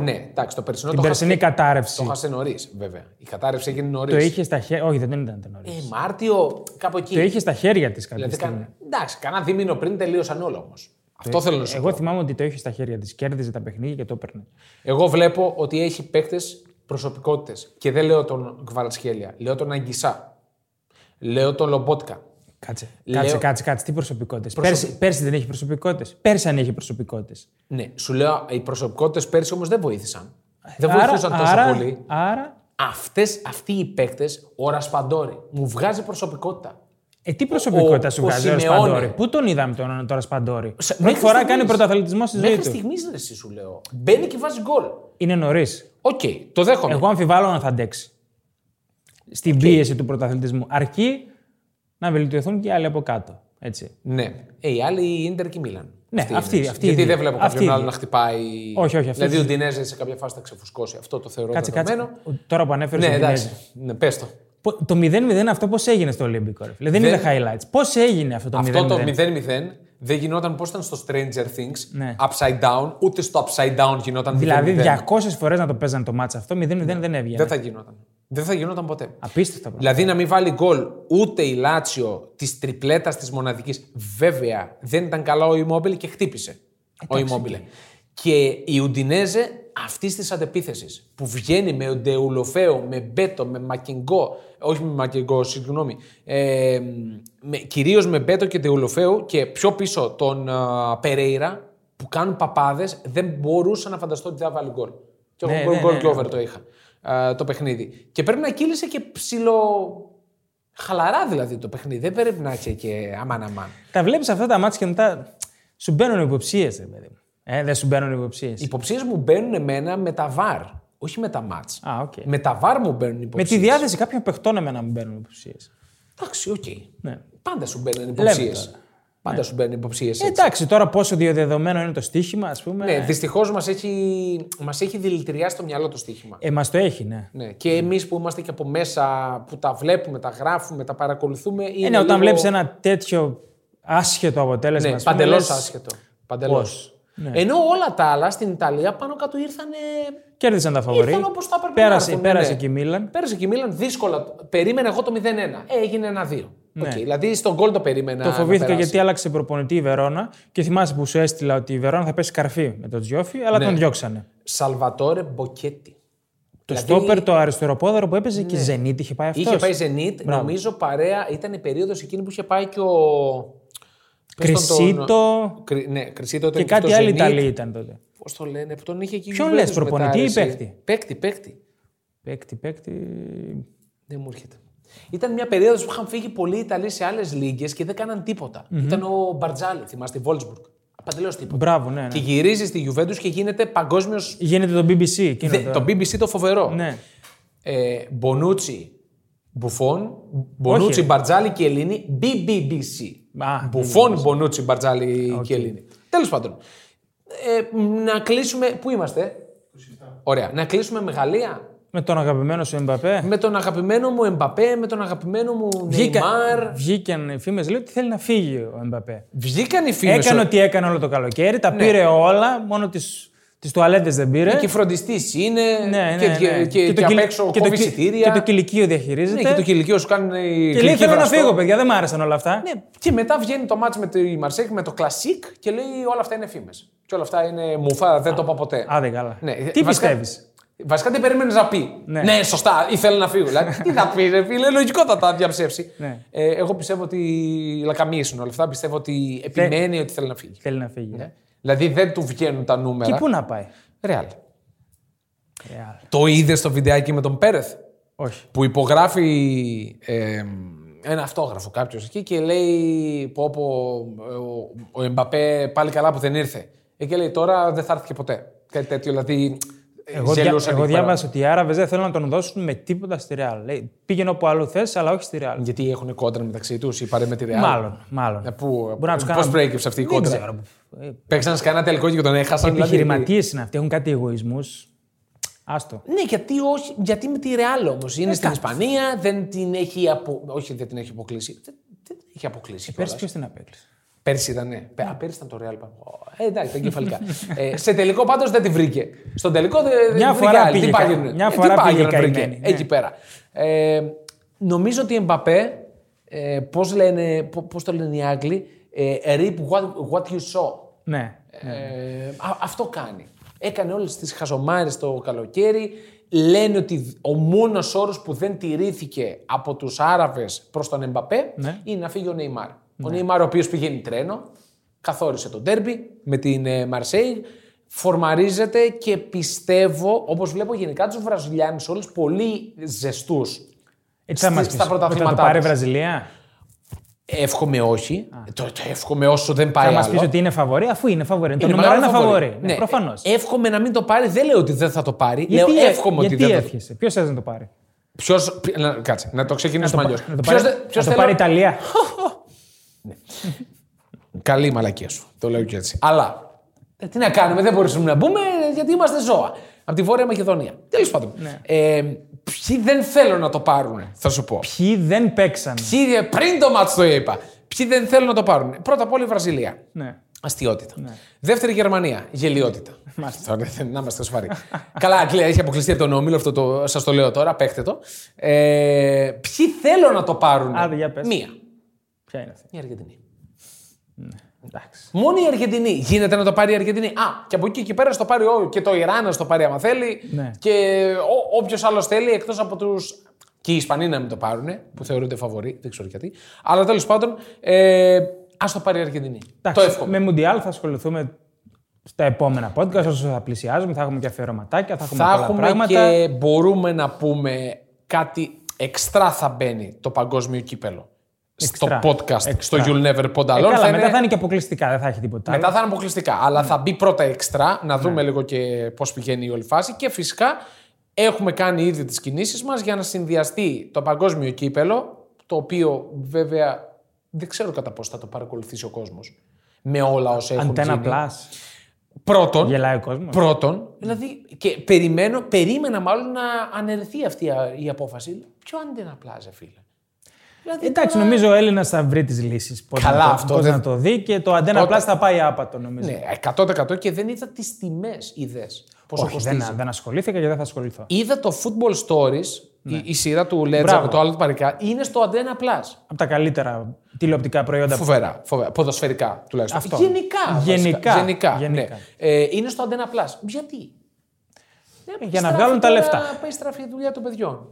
Ναι, εντάξει, το περσινό Την το χάσε- περσινή κατάρρευση. το χάσε νωρίς, βέβαια. Η κατάρρευση έγινε νωρίς. Το είχε στα χέρια. Όχι, δεν τον ήταν νωρίς. Ε, Μάρτιο, κάπου εκεί. Το είχε στα χέρια της κάποια Δηλαδή, στιγμή. Ε, κα- εντάξει, κανένα δίμηνο πριν τελείωσαν όλα όμως. Αυτό θέλω να σου Εγώ πω. θυμάμαι ότι το είχε στα χέρια της. Κέρδιζε τα παιχνίδια και το έπαιρνε. Εγώ βλέπω ότι έχει παίκτες προσωπικότητες. Και δεν λέω τον Κβαρατσχέλια. Λέω τον Αγγισά. Λέω τον Λομπότκα. Κάτσε, Λέω- κάτσε, κάτσε, κάτσε. Τι προσωπικότητες. Προσωπ- Πέρσι, πέρσι δεν είχε προσωπικότητες. Πέρσι αν είχε προσωπικότητες. Ναι, σου λέω οι προσωπικότητες πέρσι όμως δεν βοήθησαν. Δεν βοηθούσαν τόσο Ε, άρα, πολύ. Άρα, Αυτές, αυτοί οι παίκτες, ο Ρασπαντόρη, μου βγάζει προσωπικότητα. ε, τι προσωπικότητα ο- σου ο βγάζει ο Σιμεώνε. Σπαντόρη. Πού τον είδαμε τον τώρα Σπαντόρη. Σε- Πρώτη μέχρι φορά στιγμής- κάνει πρωταθλητισμό στη ζωή Μέχρι του. στιγμής ρε, εσύ σου λέω. Μπαίνει και βάζει γκολ. Είναι νωρίς. Οκ, το δέχομαι. Εγώ αμφιβάλλω αν θα αντέξει. Στην πίεση του πρωταθλητισμού. Αρκεί να βελτιωθούν και οι άλλοι από κάτω. Έτσι. Ναι. Ε, οι άλλοι η Ίντερ και η Μίλαν. Ναι, είναι αυτοί- έτσι. αυτοί οι Γιατί δύο. δεν βλέπω Αυτοί οι κάποιον άλλο δύο. να χτυπάει. Όχι, όχι, αυτοί Δηλαδή οι ο Ντινέζε σε κάποια φάση θα ξεφουσκώσει. Αυτό το θεωρώ Κάτσε, κάτσε. δεδομένο. Ο- Τώρα που ανέφερες Ναι, εντάξει. Ναι, πες το. Το 0-0 αυτό πώς έγινε στο Ολυμπικό. Ρε. φίλε. Δεν είδα highlights. Πώς έγινε αυτό το 0-0. Αυτό το 0-0 δεν γινόταν πώς ήταν στο Stranger Things. Ναι. Upside down. Ούτε στο upside down γινόταν 0-0. Δηλαδή 200 φορές να το παίζανε το μάτσα αυτό, 0-0 δεν έβγαινε. Δεν θα γινόταν. Δεν θα γινόταν ποτέ. Απίστευτα πράγματα. Δηλαδή να μην βάλει γκολ ούτε η Λάτσιο της τριπλέτας της μοναδικής. Βέβαια δεν ήταν καλά ο Ιμόμπιλε και χτύπησε. ο Ιμόμπιλε. Και η Ουντινέζε αυτή της αντεπίθεσης που βγαίνει με Ντεουλοφέο, με Μπέτο, με Μακιγκό. Όχι με Μακιγκό, συγγνώμη. Ε, Κυρίως με Μπέτο και Ντεουλοφέου και πιο πίσω τον α, Περέιρα που κάνουν παπάδες. Δεν μπορούσα να φανταστώ ότι θα βάλει γκολ. Και εγώ Ναι, γκολ ναι, γκολ ναι, και ναι. over το είχα ε, το παιχνίδι. Και πρέπει να κύλησε και ψηλό. Χαλαρά δηλαδή το παιχνίδι. Δεν πρέπει να είσαι και αμάν αμάν. Τα βλέπεις αυτά τα μάτια και μετά σου μπαίνουν υποψίες, δηλαδή. Ε, δεν σου μπαίνουν υποψίες. Οι υποψίες μου μπαίνουν εμένα με τα βαρ. Όχι με τα μάτ. Α, οκ. Με τα βαρ μου μπαίνουν Με υποψίε. τη διάθεση κάποιων παιχτών εμένα μου μπαίνουν υποψίες. Εντάξει, οκ. Ναι. Πάντα σου μπαίνουν υποψίες. τώρα. Πάντα σου μπαίνουν υποψίες. Ε, εντάξει, τώρα πόσο διαδεδομένο είναι το στοίχημα, ας πούμε. Ναι, δυστυχώς μας έχει, μας έχει δηλητηριάσει το μυαλό το στοίχημα. Ε, μας το έχει, ναι. Ναι. Και εμείς που είμαστε και από μέσα, που τα βλέπουμε, τα γράφουμε, τα παρακολουθούμε. Ε, Είναι ναι, όταν λίγο- βλέπεις ένα τέτοιο άσχετο αποτέλεσμα. Ναι, ας πούμε, παντελώς λες, άσχετο. Παντελώς. Ναι. Ενώ όλα τα άλλα στην Ιταλία πάνω κάτω ήρθανε. Κέρδισαν τα φαβορή. Ήρθαν όπως θα έπρεπε να Πέρασε, έρθουν, πέρασε ναι. και η Μίλαν. Πέρασε και η Μίλαν δύσκολα. Περίμενε εγώ το 0-1. Ε, έγινε 1-2. Ναι. Οκ, Δηλαδή στον γκολ το περίμενα. Το να φοβήθηκα περάσει. γιατί άλλαξε προπονητή η Βερόνα και θυμάσαι που σου έστειλα ότι η Βερόνα θα πέσει καρφί με τον Τζιόφι, Ναι. αλλά τον διώξανε. Σαλβατόρε Μποκέτι. Το Δηλαδή- Ναι. στόπερ, το αριστεροπόδαρο που έπαιζε και η Ζενίτ είχε πάει αυτό. Είχε πάει Zenit, νομίζω παρέα ήταν η περίοδος εκείνη που είχε πάει και ο. πες τον τον- Κρυσίτο Κρι- Ναι, Κρυσίτο και κάτι άλλο Ιταλή ήταν τότε. Πώς το λένε, που τον είχε εκεί. η Ποιον Juventus λες, προπονητή ή μετά, ρε, εσύ. παίκτη? Παίκτη, παίκτη. Παίκτη, παίκτη. Δεν μου έρχεται. Ήταν μια περίοδος που είχαν φύγει πολλοί Ιταλοί σε άλλες λίγε και δεν κάναν τίποτα. Ήταν ο Μπαρτζάλη, θυμάστε, η Βόλσμπουργκ. Παντελώς τίποτα. Μπράβο, ναι. ναι. Και γυρίζει στη Γιουβέντους και γίνεται παγκόσμιος. Γίνεται το BBC εκείνο. το- Το BBC το φοβερό. Ναι. Ε, Μπονούτσι Μπουφόν, Μπονούτσι ρε. Μπαρτζάλη και Ελλήνη, BBBC. Α, Μπουφόν, Μπονούτσι Μπαρτζάλη και Ελλήνη. Τέλος πάντων. Ε, να κλείσουμε. Πού είμαστε, Ωραία. Να κλείσουμε με Γαλλία. Με τον αγαπημένο σου Εμπαπέ. Με τον αγαπημένο μου Εμπαπέ, με τον αγαπημένο μου Νεϊμάρ. βγήκαν οι φήμες, λέει ότι θέλει να φύγει ο Εμπαπέ. Βγήκαν οι φήμες. Έκανε ό,τι έκανε όλο το καλοκαίρι, τα πήρε όλα, μόνο τις τις τουαλέτες δεν πήρε. Ναι. Και φροντιστής είναι. Ναι, ναι, και, ναι. και, και, και κυλι- απ' έξω και το κόβει κυλι- εισιτήρια. Και το κηλικείο διαχειρίζεται. Ναι, και το κηλικείο σου κάνει. και λέει: Θέλω να φύγω, παιδιά, δεν μ' άρεσαν όλα αυτά. Ναι. Και μετά βγαίνει το μάτς με τη Μαρσέκ με το κλασικ και λέει όλα αυτά είναι φήμες. Και όλα αυτά είναι μουφά, δεν το είπα ποτέ. Άντε καλά. Ναι, Τι βασικά- πιστεύεις. Βασικά τι περίμενες να πει. Ναι. Ναι. σωστά, ήθελε να φύγω. δηλαδή, τι θα πει, ρε φίλε, λογικό θα τα διαψεύσει. Ναι. Ε, εγώ πιστεύω ότι λακαμίσουν όλα αυτά. Πιστεύω ότι επιμένει ότι θέλει να φύγει. Θέλει να φύγει. ε. Δηλαδή δεν του βγαίνουν τα Και νούμερα. πού να πάει. Ρεάλ. Ε, άρα. Το είδε στο βιντεάκι με τον Πέρεθ Όχι. που υπογράφει ε, ένα αυτόγραφο κάποιος εκεί και λέει: Πω, πω ε, ο, ο Εμπαπέ πάλι καλά που δεν ήρθε. Ε, και λέει: Τώρα δεν θα έρθει και ποτέ. Κάτι τέτοιο. Δηλαδή. ε, Εγώ, δια, γελούσαν εγώ εκεί πέρα. διάβασα ότι οι Άραβες δεν θέλουν να τον δώσουν με τίποτα στη Ρεάλ. Λέει, πήγαινε όπου αλλού θες, αλλά όχι στη Ρεάλ. Γιατί έχουν κόντρα μεταξύ τους ή παρεμετριά. Μάλλον. μάλλον. Ε, πού, Μπορεί να τους πώς κάνουν- προέκυψε αυτή η Δεν κόντρα. ξέρω. Ε, Παίξαν σε κανένα τελικό και τον έχασαν. δηλαδή. Επιχειρηματίες είναι αυτοί, έχουν κάτι εγωισμούς. Άστο. Ναι, γιατί, όχι, γιατί με τη Ρεάλ όμως. Ε, Είναι στην Ισπανία, δεν την έχει, απο... όχι, δεν την έχει αποκλείσει. Δεν, δεν την έχει αποκλείσει. κιόλας. Ε, Πέρσι Ε. ποιος την απέκλεισε. Πέρσι ήταν, ναι. Πε- α, πέρσι ήταν το Real. είπα, «Ω, Ε, εντάξει, τα εγκεφαλικά. ε, σε τελικό πάντως δεν τη βρήκε. Στον τελικό δεν δεν Μια τη βρήκε φορά άλλη. πήγε Τι κα- πάγαινε. μια Ε, τι φορά πήγε πάγαινε να βρήκε. καημένη, ναι. Εκεί πέρα. Ε, νομίζω ότι η Εμπαπέ, ε, πώς το λένε οι Άγγλοι, ε, reap what, what you saw. Ναι. Ε, α- αυτό κάνει. Έκανε όλες τις χαζομάρες το καλοκαίρι. Λένε ότι ο μόνος όρος που δεν τηρήθηκε από τους Άραβες προς τον Εμπαπέ Ναι. είναι να φύγει ο Νεϊμάρ. Ο Νεϊμάρ, ο οποίος πηγαίνει τρένο, καθόρισε τον τέρμπι με την ε, Μαρσέη, φορμαρίζεται και πιστεύω, όπως βλέπω γενικά τους Βραζιλιάνους όλους, πολύ ζεστούς. Έτσι Ε, θα μας στα πρωταθλήματά Όταν το πάρει η της. Βραζιλία, Εύχομαι όχι. Ε, Το, το εύχομαι όσο δεν πάει θα μας άλλο. πει ότι είναι φαβορή, αφού είναι φαβορή. Είναι το Είναι νούμερο μεγάλο ένα φαβορί. φαβορή. Ναι, προφανώς. Ε, Εύχομαι να μην το πάρει, δεν λέω ότι δεν θα το πάρει. λέω εύχομαι ότι γιατί δεν θα το εύχεσαι. Ποιος θε να το πάρει. Ποιος... πι- Να, κάτσε, να το ξεκινήσουμε αλλιώς. Να το πάρει, να το πάρει η Ιταλία. Καλή η μαλακία σου. Το λέω και έτσι. Αλλά ε, τι να κάνουμε, δεν μπορούσαμε να μπούμε ε, γιατί είμαστε ζώα. Από τη Βόρεια Μακεδονία. Τέλος πάντων. Ναι. Ε, ποιοι δεν θέλουν να το πάρουν, θα σου πω. Ποιοι δεν παίξαν. Ποιοι, πριν το μάτσο το είπα. Ποιοι δεν θέλουν να το πάρουν. Πρώτα απ' όλα η Βραζιλία. Ναι. Αστείωτητα. Δεύτερη Γερμανία. Γελιότητα. Μάλιστα. Τώρα, δεν- να είμαστε σοβαροί. Καλά, Αγγλία έχει αποκλειστεί από τον όμιλο, αυτό το, σας το λέω τώρα, παίχτε το. Ε, ποιοι θέλω να το πάρουν. Άντε, για πες. Μία. Ποια είναι αυτή. Η Αργεντινή. Εντάξει. Μόνο η Αργεντινή. Γίνεται να το πάρει η Αργεντινή. Α, και από εκεί και πέρα στο πάρει ο- και το Ιράν, να στο πάρει άμα θέλει. Ναι. Και όποιος άλλος θέλει εκτός από τους. Και οι Ισπανοί να μην το πάρουν, που θεωρούνται φαβοροί, δεν ξέρω γιατί. Αλλά τέλος πάντων, ε, ας το πάρει η Αργεντινή. Εντάξει, Το εύχομαι. Με Μουντιάλ θα ασχοληθούμε στα επόμενα podcast, όσο θα πλησιάζουμε, θα έχουμε και αφιερωματάκια, θα έχουμε, Θα πολλά έχουμε πράγματα. Ε, και μπορούμε να πούμε κάτι εξτρά θα μπαίνει το παγκόσμιο κύπελο. Extra. Στο podcast, Extra. στο You'll Never Pond Alone. Ε, καλά, μετά είναι- θα είναι Ναι. και αποκλειστικά, δεν θα έχει τίποτα. άλλο. Μετά θα είναι αποκλειστικά. Αλλά θα μπει πρώτα εξτρά, Ναι. να δούμε λίγο και πώς πηγαίνει η όλη φάση. Και φυσικά έχουμε κάνει ήδη τις κινήσεις μας για να συνδυαστεί το παγκόσμιο κύπελο, το οποίο βέβαια δεν ξέρω κατά πόσο θα το παρακολουθήσει ο κόσμος. Με όλα όσα έχουν Αντένα γίνει. Plus. Πρώτον, Γελάει ο κόσμος. πρώτον, δηλαδή, και περιμένω, περίμενα μάλλον να αναιρεθεί αυτή η α- η απόφαση. Ποιο αντένα πλάζε, φίλε. Δηλαδή, Ε, Εντάξει, τώρα- νομίζω ο Έλληνας θα βρει τις λύσεις. Πώς Καλά, να, το- αυτό πώς δεν- να το δει και το Αντένα Όταν- Plus θα πάει άπατο νομίζω. Ναι, 100% και δεν είδα τις τιμές είδες. Πόσο Όχι, κοστίζει. δεν, δεν ασχολήθηκα και δεν θα ασχοληθώ. Είδα το Football Stories, η, η σειρά του Λέτζα Ναι. Μπράβο. με το άλλο του παρικά, είναι στο Αντένα Plus. Από τα καλύτερα τηλεοπτικά προϊόντα. Φοβερά, φοβερά. Ποδοσφαιρικά τουλάχιστον. Αυτό. Γενικά. βασικά. Γενικά, Γενικά. γενικά. Ναι. Ε, είναι στο Αντένα Plus. Γιατί. Για να Στράφει βγάλουν τα τώρα- λεφτά. Πάει στραφή η δουλειά των παιδιών.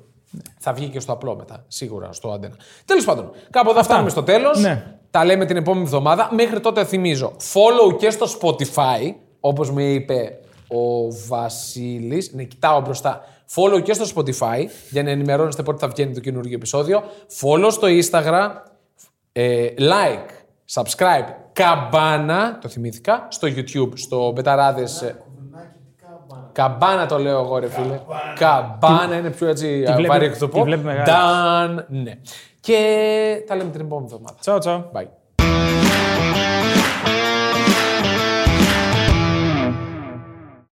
Θα βγει και στο απλό μετά, σίγουρα στο Αντένα. Τέλος πάντων, κάπου εδώ φτάνουμε στο τέλος. Ναι. Τα λέμε την επόμενη εβδομάδα. Μέχρι τότε θυμίζω, follow και στο Spotify, όπως μου είπε ο Βασίλης. Ναι, κοιτάω μπροστά. Follow και στο Spotify για να ενημερώνεστε πότε θα βγαίνει το καινούργιο επεισόδιο. Follow στο Instagram, ε, like, subscribe, καμπάνα, το θυμήθηκα, στο YouTube, στο Μπεταράδες. ε, Καμπάνα το λέω εγώ, ρε φίλε. Καμπάνα είναι πιο έτσι βλέπει- βαρύ εκδοπό. τη βλέπει μεγάλη. Νταν, ναι. Και τα λέμε την επόμενη εβδομάδα. Τσαο, τσαο. Bye.